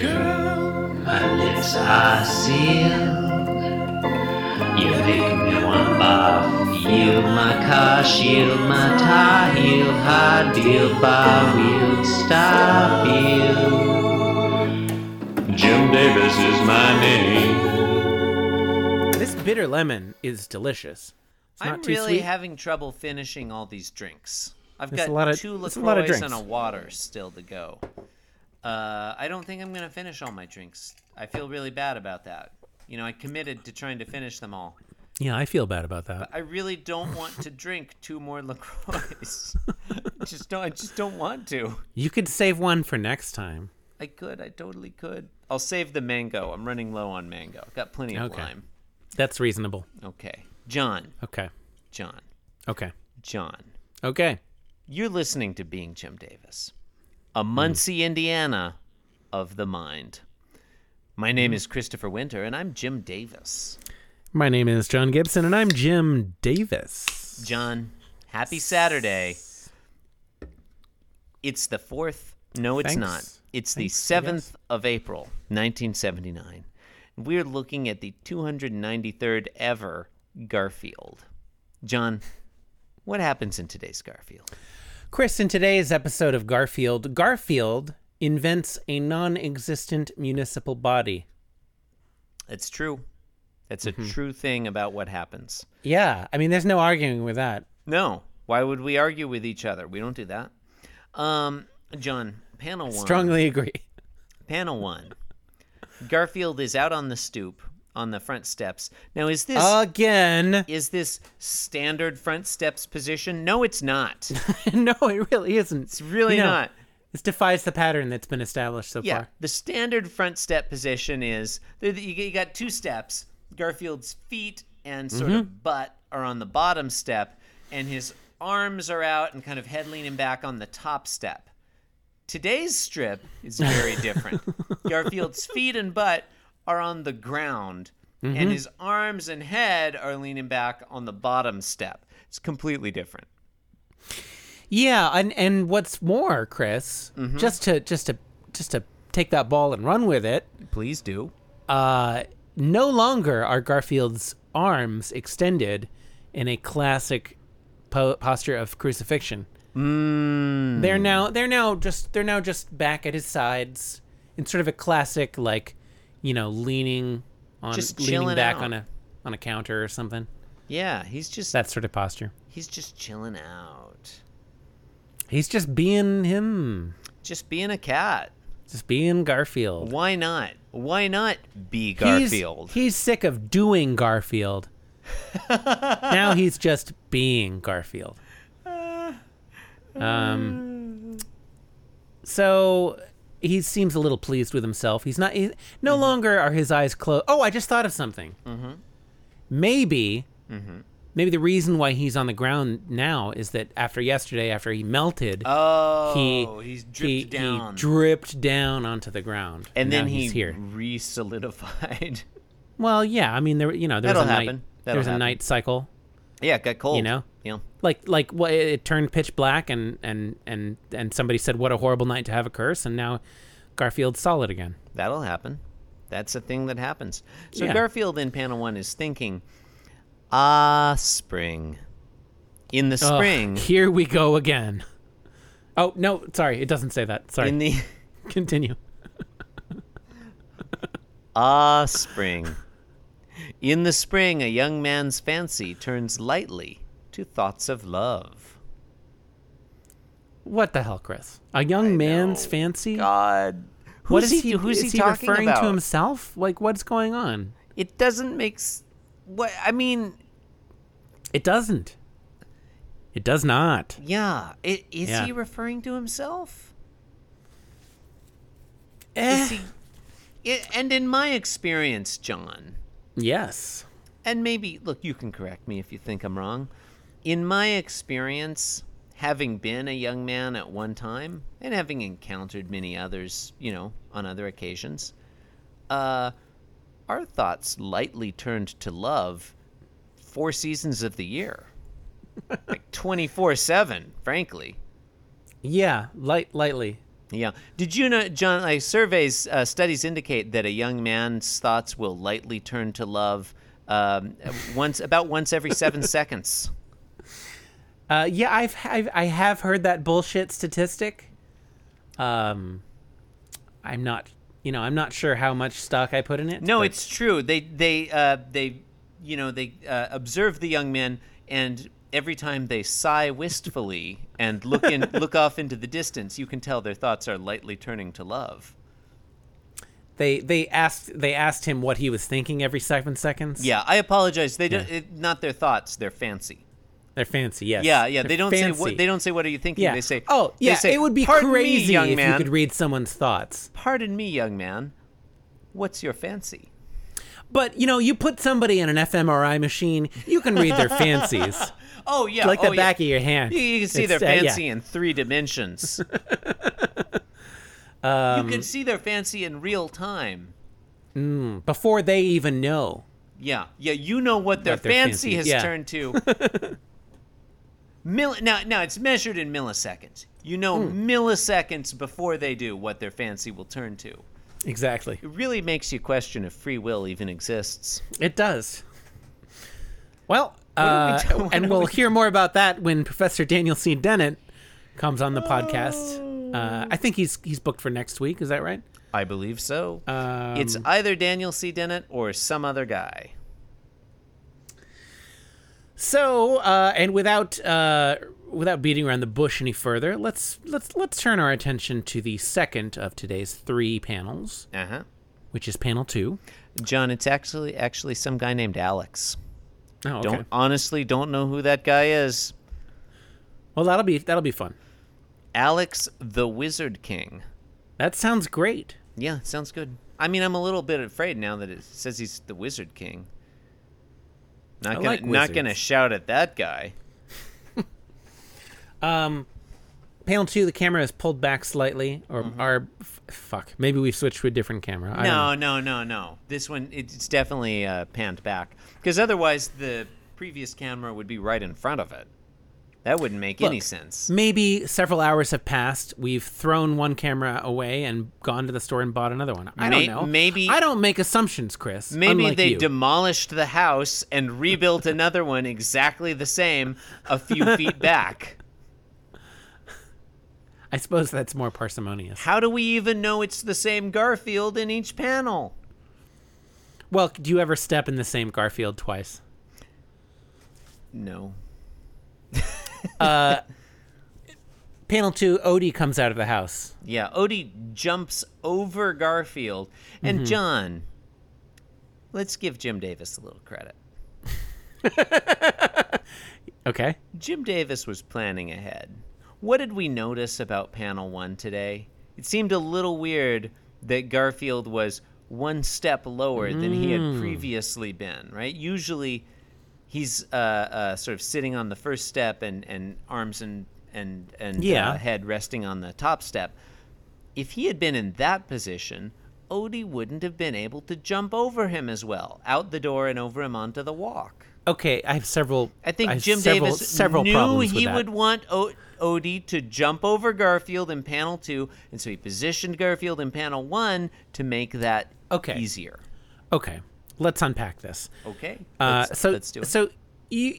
Girl, my lips are sealed. You make me want bath. Yield my car, shield my tie, heel, hard deal, bar wheel, stop you. Jim Davis is my name. This bitter lemon is delicious. It's not I'm too really sweet. having trouble finishing all these drinks. I've It's got a lot of- two it's a lot of LaCroix and drinks. a water still to go. Uh, I don't think I'm going to finish all my drinks. I feel really bad about that. You know, I committed to trying to finish them all. yeah, I feel bad about that. I really don't want to drink two more LaCroix. just don't, I just don't want to. You could save one for next time. I could. I totally could. I'll save the mango. I'm running low on mango. I've got plenty of Okay. lime. That's reasonable. Okay. John, Okay. John, Okay. John. Okay. You're listening to Being Jim Davis, a Hmm. Muncie, Indiana of the mind. My name Hmm. is Christopher Winter, and I'm Jim Davis. My name is John Gibson, and I'm Jim Davis. John, happy Saturday. It's the fourth. No, it's Thanks. not. It's the Thanks, I 7th of April, 1979. We're looking at the 293rd ever Garfield. John, what happens in today's Garfield? Chris, in today's episode of Garfield, Garfield invents a non existent municipal body. It's true. That's Mm-hmm. a true thing about what happens. Yeah. I mean, there's no arguing with that. No. Why would we argue with each other? We don't do that. Um, John, panel one. Strongly agree. Panel one. Garfield is out on the stoop, on the front steps. Now, is this Uh, Again. is this standard front steps position? No, it's not. no, it really isn't. It's really not. This defies the pattern that's been established so Yeah, far. the standard front step position is there- you you got two steps. Garfield's feet and sort of butt are on the bottom step, and his arms are out and kind of head leaning back on the top step. Today's strip is very different. Garfield's feet and butt are on the ground, and his arms and head are leaning back on the bottom step. It's completely different. Yeah, and and what's more, Chris, Mm-hmm. just to just to just to take that ball and run with it. Please do. Uh, no longer are Garfield's arms extended in a classic po- posture of crucifixion. Mm. They're now they're now just they're now just back at his sides in sort of a classic like, you know, leaning on Just leaning chilling back out. on a on a counter or something. Yeah, he's just That sort of posture. he's just chilling out. He's just being him, Just being a cat. just being Garfield. Why not? Why not be He's- Garfield? He's, sick of doing Garfield. now he's just being Garfield. Uh, Um, so he seems a little pleased with himself. He's not. He, no Mm-hmm. longer are his eyes closed. Oh, I just thought of something. Maybe. Mm-hmm. Maybe the reason why he's on the ground now is that after yesterday, after he melted, oh, he- he's dripped he, he down, dripped down onto the ground, and now then he's he here. re-solidified. Well, yeah. I mean, there you know there was That'll a night, happen. there That'll was a happen. night cycle. yeah, it got cold. You know? Yeah. Like like what it it turned pitch black and and and and somebody said what a horrible night to have a curse and now Garfield's solid again. That'll happen. That's a thing that happens. So Yeah. Garfield in panel one is thinking, ah, spring. In Ugh, the spring, here we go again. Oh no, sorry, it doesn't say that. Sorry, in the continue. Ah, spring. In the spring, a young man's fancy turns lightly to thoughts of love. What the hell, Chris? A young man's know. fancy. God. Who's What is he, he? who's is he, talking referring about? to himself? Like what's going on? It doesn't make s- what I mean, It doesn't. It does not. yeah. It, is Yeah. he referring to himself? Eh. Is he it, And in my experience, John, yes. and maybe look, you can correct me if you think I'm wrong. In my experience, having been a young man at one time and having encountered many others, you know, on other occasions, uh, our thoughts lightly turned to love four seasons of the year, like 24 7, frankly. Yeah, light lightly. Yeah. Did you know, John? Like surveys, uh, studies indicate that a young man's thoughts will lightly turn to love um, once about once every seven seconds. Uh, yeah, I've, I've I have heard that bullshit statistic. Um, I'm not, you know, I'm not sure how much stock I put in it. No, but- it's true. They they uh, they you know they uh, observe the young men, and every time they sigh wistfully and look in look off into the distance, you can tell their thoughts are lightly turning to love. they they asked they asked him what he was thinking every seven seconds. Yeah, I apologize. They don't it, not their thoughts. They're fancy. they're fancy. Yes. Yeah, yeah. They're They don't say fancy. what they don't say. What are you thinking? Yeah. They say. Oh, they yeah. say, it would be "Pardon me, crazy young if man. you could read someone's thoughts. Pardon me, young man. What's your fancy? But you know, you put somebody in an fMRI machine, you can read their fancies, Oh yeah, like the oh, yeah. back of your hand. You, you can see It's, their uh, yeah. fancy in three dimensions. you Um, can see their fancy in real time. before they even know. Yeah, yeah. You know what their What their fancy- fancy, has yeah. turned to. Mil- now, now it's measured in milliseconds. You know Hmm. milliseconds before they do what their fancy will turn to. Exactly. It really makes you question if free will even exists. It does. Well, uh, do- what and do we'll we- hear more about that when Professor Daniel C. Dennett comes on the podcast. Oh. Uh, I think he's he's booked for next week. Is that right? I believe so. Um, it's either Daniel C. Dennett or some other guy. So, uh, and without uh, without beating around the bush any further, let's let's let's turn our attention to the second of today's three panels, Uh huh. which is panel two. John, it's actually actually some guy named Alex. Oh, okay. Don't honestly don't know who that guy is. Well, that'll be that'll be fun. Alex the Wizard King. That sounds great. Yeah, sounds good. I mean, I'm a little bit afraid now that it says he's the Wizard King. Not I gonna like not gonna wizards. shout at that guy. Panel two, the camera is pulled back slightly, or or f- fuck, maybe we've switched to a different camera. I don't know. Mm-hmm. No, no, no, no. This one it's definitely uh, panned back because otherwise the previous camera would be right in front of it. That wouldn't make any Look, sense. Maybe several hours have passed. We've thrown one camera away and gone to the store and bought another one. I May- don't know. maybe- I don't make assumptions, Chris. Maybe unlike they you. demolished the house and rebuilt another one exactly the same a few feet back. I suppose that's more parsimonious. How do we even know it's the same Garfield in each panel? Well, do you ever step in the same Garfield twice? No. Panel two, Odie comes out of the house. Yeah, Odie jumps over Garfield. And Mm-hmm. John, let's give Jim Davis a little credit. Okay. Jim Davis was planning ahead. What did we notice about panel one today? It seemed a little weird that Garfield was one step lower than he had previously been, right? Usually he's uh, uh, sort of sitting on the first step and, and arms and, and, and uh, Yeah. head resting on the top step. If he had been in that position, Odie wouldn't have been able to jump over him as well, out the door and over him onto the walk. Okay, I have several. I think have Jim several, Davis several knew problems with he that. would want o- Odie to jump over Garfield in panel two, and so he positioned Garfield in panel one to make that Okay. easier. Okay, let's unpack this. Okay. Uh, Let's- so let's do it. so you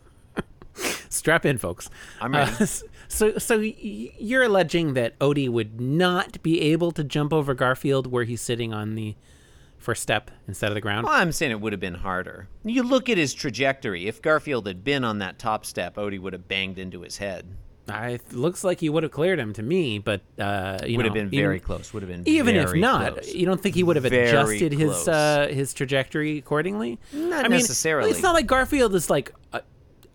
strap in, folks. I'm Uh, ready. s- so so y- you're alleging that Odie would not be able to jump over Garfield where he's sitting on the first step instead of the ground. Well, I'm saying it would have been harder. You look at his trajectory. If Garfield had been on that top step, Odie would have banged into his head. I, it looks like he would have cleared him to me, but uh, you know, Would have been even- very close. Would have been Even if very not, close. you don't think he would have Very adjusted close. his uh, his trajectory accordingly? Not I mean, necessarily. It's not like Garfield is like, uh,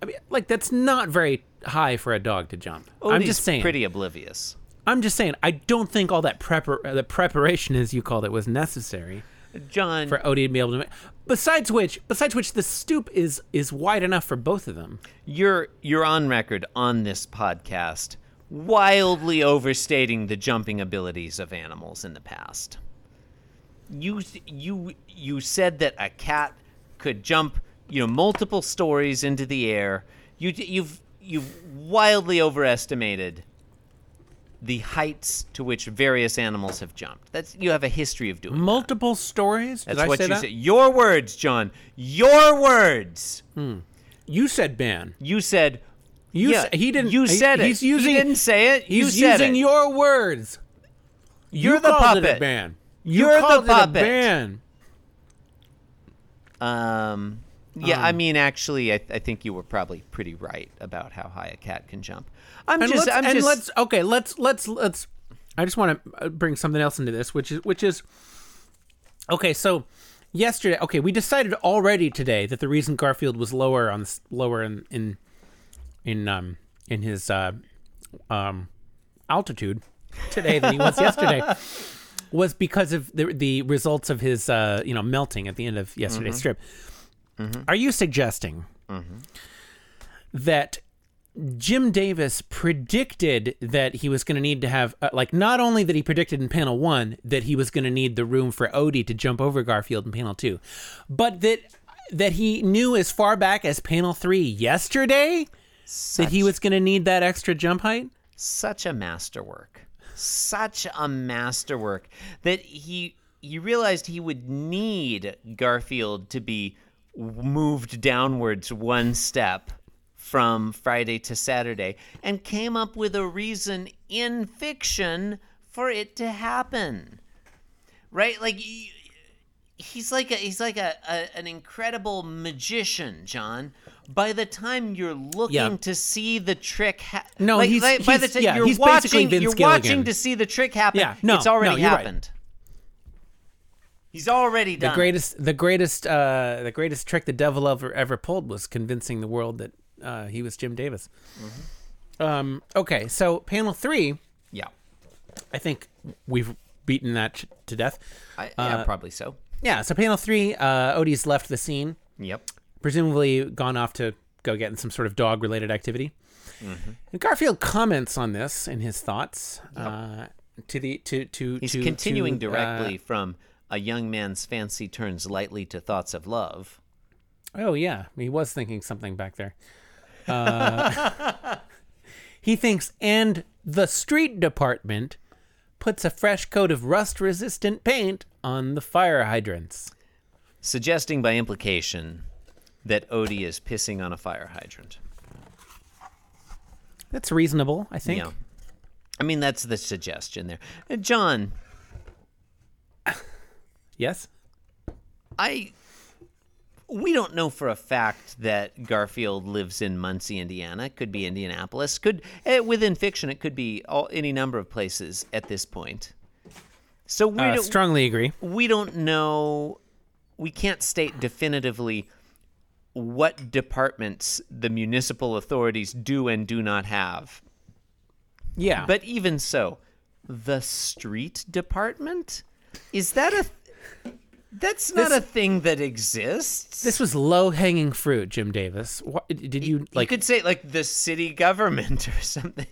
I mean, like that's not very high for a dog to jump. I'm Odie's just saying. Pretty oblivious. I'm just saying. I don't think all that prepar- uh, the preparation, as you called it, was necessary John, for Odie to be able to. Make- besides which, besides which, the stoop is is wide enough for both of them. You're you're on record on this podcast wildly overstating the jumping abilities of animals in the past. You you you said that a cat could jump, you know, multiple stories into the air. You you've you've wildly overestimated the heights to which various animals have jumped. That's you have a history of doing. that. Multiple stories. Did That's I what say you that? said. Your words, John. Your words. You said ban. You said. You yeah, said, he didn't. You he- said it. He's using. He didn't say it. He's you said using it. your words. You're you the called It a puppet. ban. You You're the called it a puppet. ban. Um, yeah, I mean, actually, I, I think you were probably pretty right about how high a cat can jump. I'm and just, let's I'm and just, let's okay let's let's let's i just want to bring something else into this which is which is okay so yesterday okay we decided already today that the reason garfield was lower on s- lower in in in um in his uh um altitude today than he was yesterday was because of the the results of his uh you know melting at the end of Mm-hmm. yesterday's strip are you suggesting that Jim Davis predicted that he was going to need to have, uh, like, not only that he predicted in panel one that he was going to need the room for Odie to jump over Garfield in panel two, but that that he knew as far back as panel three yesterday that he was going to need that extra jump height. such a masterwork, such a masterwork that he he realized he would need Garfield to be moved downwards one step from Friday to Saturday, and came up with a reason in fiction for it to happen. Right, like. y- he's like a, he's like a, a an incredible magician, John. By the time you're looking Yeah. to see the trick, ha- No, like, he's- like, by the he's- time yeah, you're he's basically watching, Vince you're Gilligan. watching to see the trick happen. Yeah, no, it's already no, you're right. happened. He's already done. The it. greatest, the greatest, uh, the greatest trick the devil ever ever pulled was convincing the world that uh, he was Jim Davis. Um, okay, so panel three, Yeah, I think we've beaten that ch- to death. I, yeah, Uh, probably so. Yeah, so panel three, uh, Odie's left the scene, Yep. presumably gone off to go get in some sort of dog related activity. Mm-hmm. And Garfield comments on this in his thoughts uh, to the to to He's to, continuing to, uh, directly from a young man's fancy turns lightly to thoughts of love. oh yeah, he was thinking something back there. Uh, he thinks, and the street department puts a fresh coat of rust resistant paint on the fire hydrants. suggesting by implication that Odie is pissing on a fire hydrant. That's reasonable, I think. Yeah. I mean, that's the suggestion there. Uh, John, Yes. I. We don't know for a fact that Garfield lives in Muncie, Indiana. It Could be Indianapolis. Could eh, within fiction, it could be all, any number of places at this point. So we Uh, don't, strongly agree. we don't know we can't state definitively what departments the municipal authorities do and do not have Yeah. but even so the street department is that a that's not This- a thing that exists This was low hanging fruit, Jim Davis. What, did you like you could say like the city government or something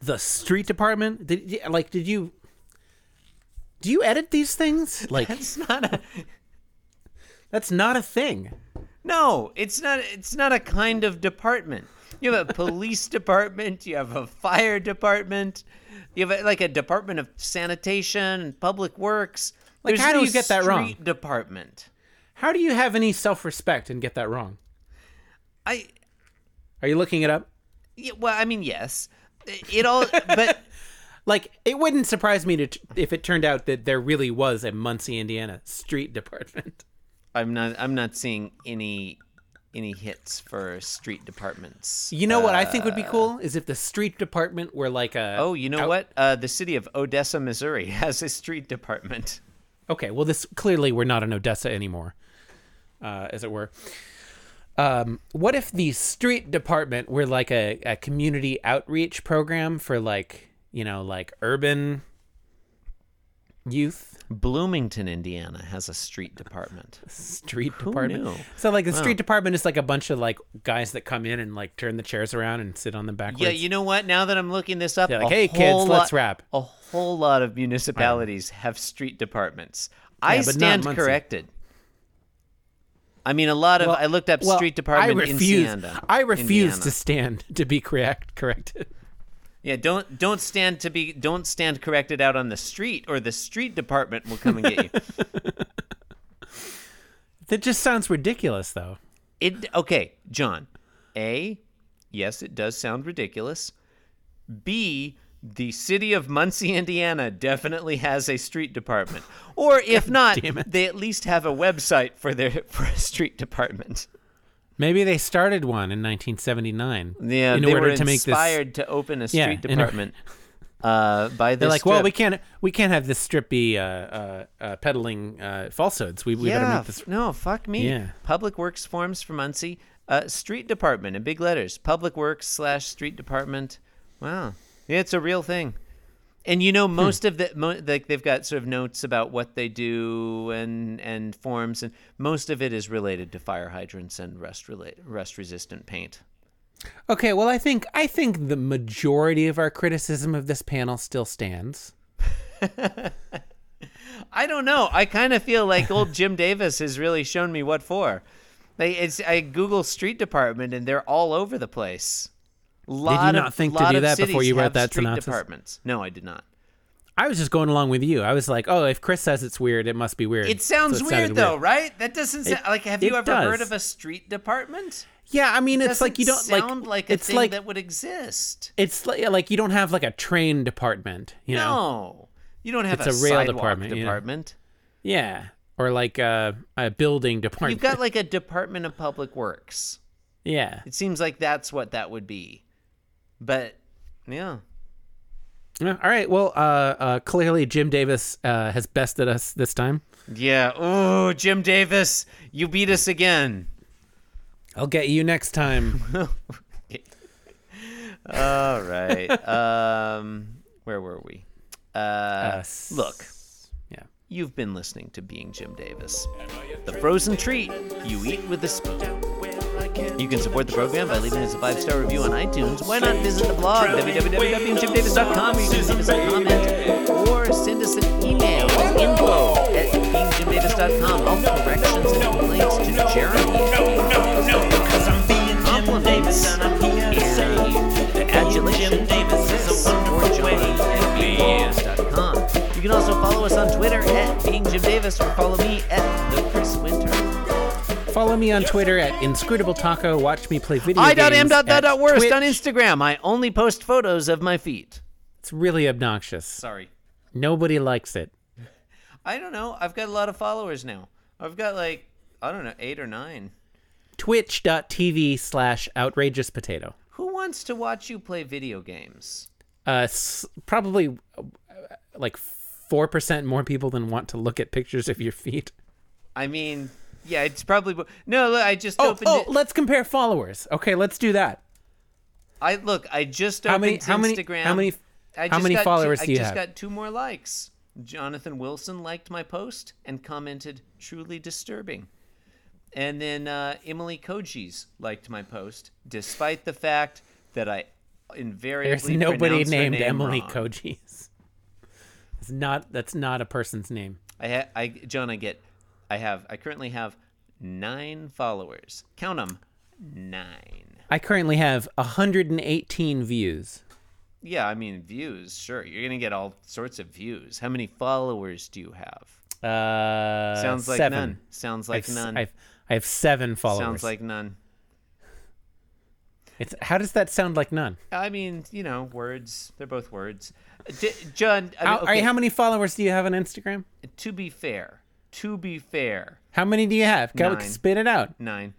the street department? Did y- like did you do you edit these things? Like it's not a that's not a thing. No, it's not. It's not a kind of department. You have a police department. You have a fire department. You have a, like a department of sanitation and public works. Like how do you get that wrong? Department. How do you have any self respect and get that wrong? I. Are you looking it up? Yeah, well, I mean, yes. It all, but Like it wouldn't surprise me to t- if it turned out that there really was a Muncie, Indiana street department. I'm not. I'm not seeing any any hits for street departments. You know what I think would be cool is if the street department were like a Oh, you know what? Uh, the city of Odessa, Missouri, has a street department. Okay, well, this clearly we're not in Odessa anymore, uh, as it were. Um, what if the street department were like a, a community outreach program for like you know like urban youth Bloomington, Indiana, has a street department. street department? knew? So like the street department is like a bunch of like guys that come in and like turn the chairs around and sit on them backwards. Yeah, you know what? Now that I'm looking this up, They're like, a "Hey, kids, whole let's lot- rap." A whole lot of municipalities have street departments. I but not stand Muncie. corrected. I mean, a lot of Well- I looked up well, street department I refuse. in Siena, I refuse Indiana. to stand to be correct corrected. Yeah, don't don't stand to be don't stand corrected out on the street, or the street department will come and get you. That just sounds ridiculous, though. It okay, John. A, yes, it does sound ridiculous. B, the city of Muncie, Indiana, definitely has a street department, or if not, damn it. they at least have a website for their for a street department. Maybe they started one in 1979. Yeah, in they order were to make this inspired to open a street Yeah, in order- department. Uh, by this They're like, well, trip. we can't, we can't have this strip be uh, uh, uh, peddling uh, falsehoods. We, we better yeah, make this. f- no, fuck me. Yeah. Public Works forms for Muncie. Uh, street department in big letters. Public Works slash street department. Wow, yeah, it's a real thing. And you Hmm. know, most of the mo- like they've got sort of notes about what they do and and forms, and most of it is related to fire hydrants and rust relate rust resistant paint. Okay, well, I think, I think the majority of our criticism of this panel still stands. I don't know. I kind of feel like old Jim Davis has really shown me what for. They, it's I Google street department and they're all over the place. Lot not of, think to lot do of that before cities you wrote have that street synopsis? Departments. No, I did not. I was just going along with you. I was like, oh, if Chris says it's weird, it must be weird. It sounds So weird sounded though, right? That doesn't sound like. Have it you ever heard does. of a street department? Yeah, I mean, it's like you don't Doesn't sound like. like a it's thing like that would exist. it's like, like you don't have like a train department, you know? No, you don't have It's a, a rail sidewalk department, yeah. department. Yeah, or like a, a building department. You've got like a Department of Public Works. yeah. It seems like that's what that would be, but yeah. Yeah, All right. Well, uh, uh, clearly Jim Davis uh, has bested us this time. Yeah. Oh, Jim Davis, you beat us again. I'll get you next time. All right. um, where were we? Uh, Us. look, yeah. you've been listening to Being Jim Davis, the frozen treat you eat with a spoon. You can support the program by leaving us a five star review on iTunes. Why not visit the blog, www.beingjimdavis.com, where you can leave us a comment or send us an email at info at beingjimdavis.com. All corrections and complaints to Jeremy. Cause I'm being Jim Davis and I'm here to say that Adulation Jim Davis is a wonderful way to be. BeingJimDavis.com. You can also follow us on Twitter at Being Jim Davis or follow me at the Chris Winter. Follow me on Twitter at inscrutable taco. Watch me play video games. at I.m.thou.worst on Twitch. Instagram. I only post photos of my feet. It's really obnoxious. Sorry. Nobody likes it. I don't know. I've got a lot of followers now. I've got like, I don't know, eight or nine. Twitch.tv slash outrageous potato. Who wants to watch you play video games? uh, s- probably uh, like four percent more people than want to look at pictures of your feet. I mean, yeah, it's probably. No, look, I just Oh, opened oh, it. let's compare followers. Okay, let's do that. I look. I just How opened many- how many- Instagram. how many- I how just many got followers two, do I you just have? got two more likes. Jonathan Wilson liked my post and commented, "Truly disturbing." And then uh, Emily Kojis liked my post, despite the fact that I There's invariably nobody pronounce her named name Emily wrong. Kojis. It's not. That's not a person's name. I, ha- I, John, I get, I have, I currently have nine followers. Count them, nine. I currently have 118 views. Yeah, I mean views. Sure, you're gonna get all sorts of views. How many followers do you have? Uh, Sounds like seven. none. Sounds like I've, none. I've, I have seven followers. Sounds like none. it's. How does that sound like none? I mean, you know, words. They're both words. D- John, I mean, How, all right, okay, how many followers do you have on Instagram? to be fair, to be fair, How many do you have? Go Nine. spit it out. nine.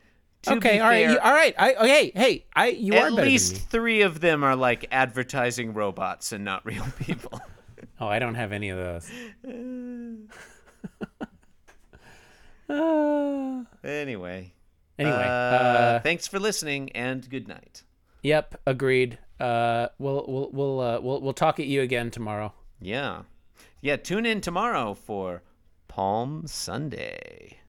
To okay, be all right, fair, you, all right. I, oh, hey, hey, I you are at better least than me. three of them are like advertising robots and not real people. Oh, I don't have any of those. Uh, anyway, anyway, uh, uh, thanks for listening and good night. yep, agreed. Uh, we'll we'll we'll uh, we'll we'll talk at you again tomorrow. Yeah, yeah. Tune in tomorrow for Palm Sunday.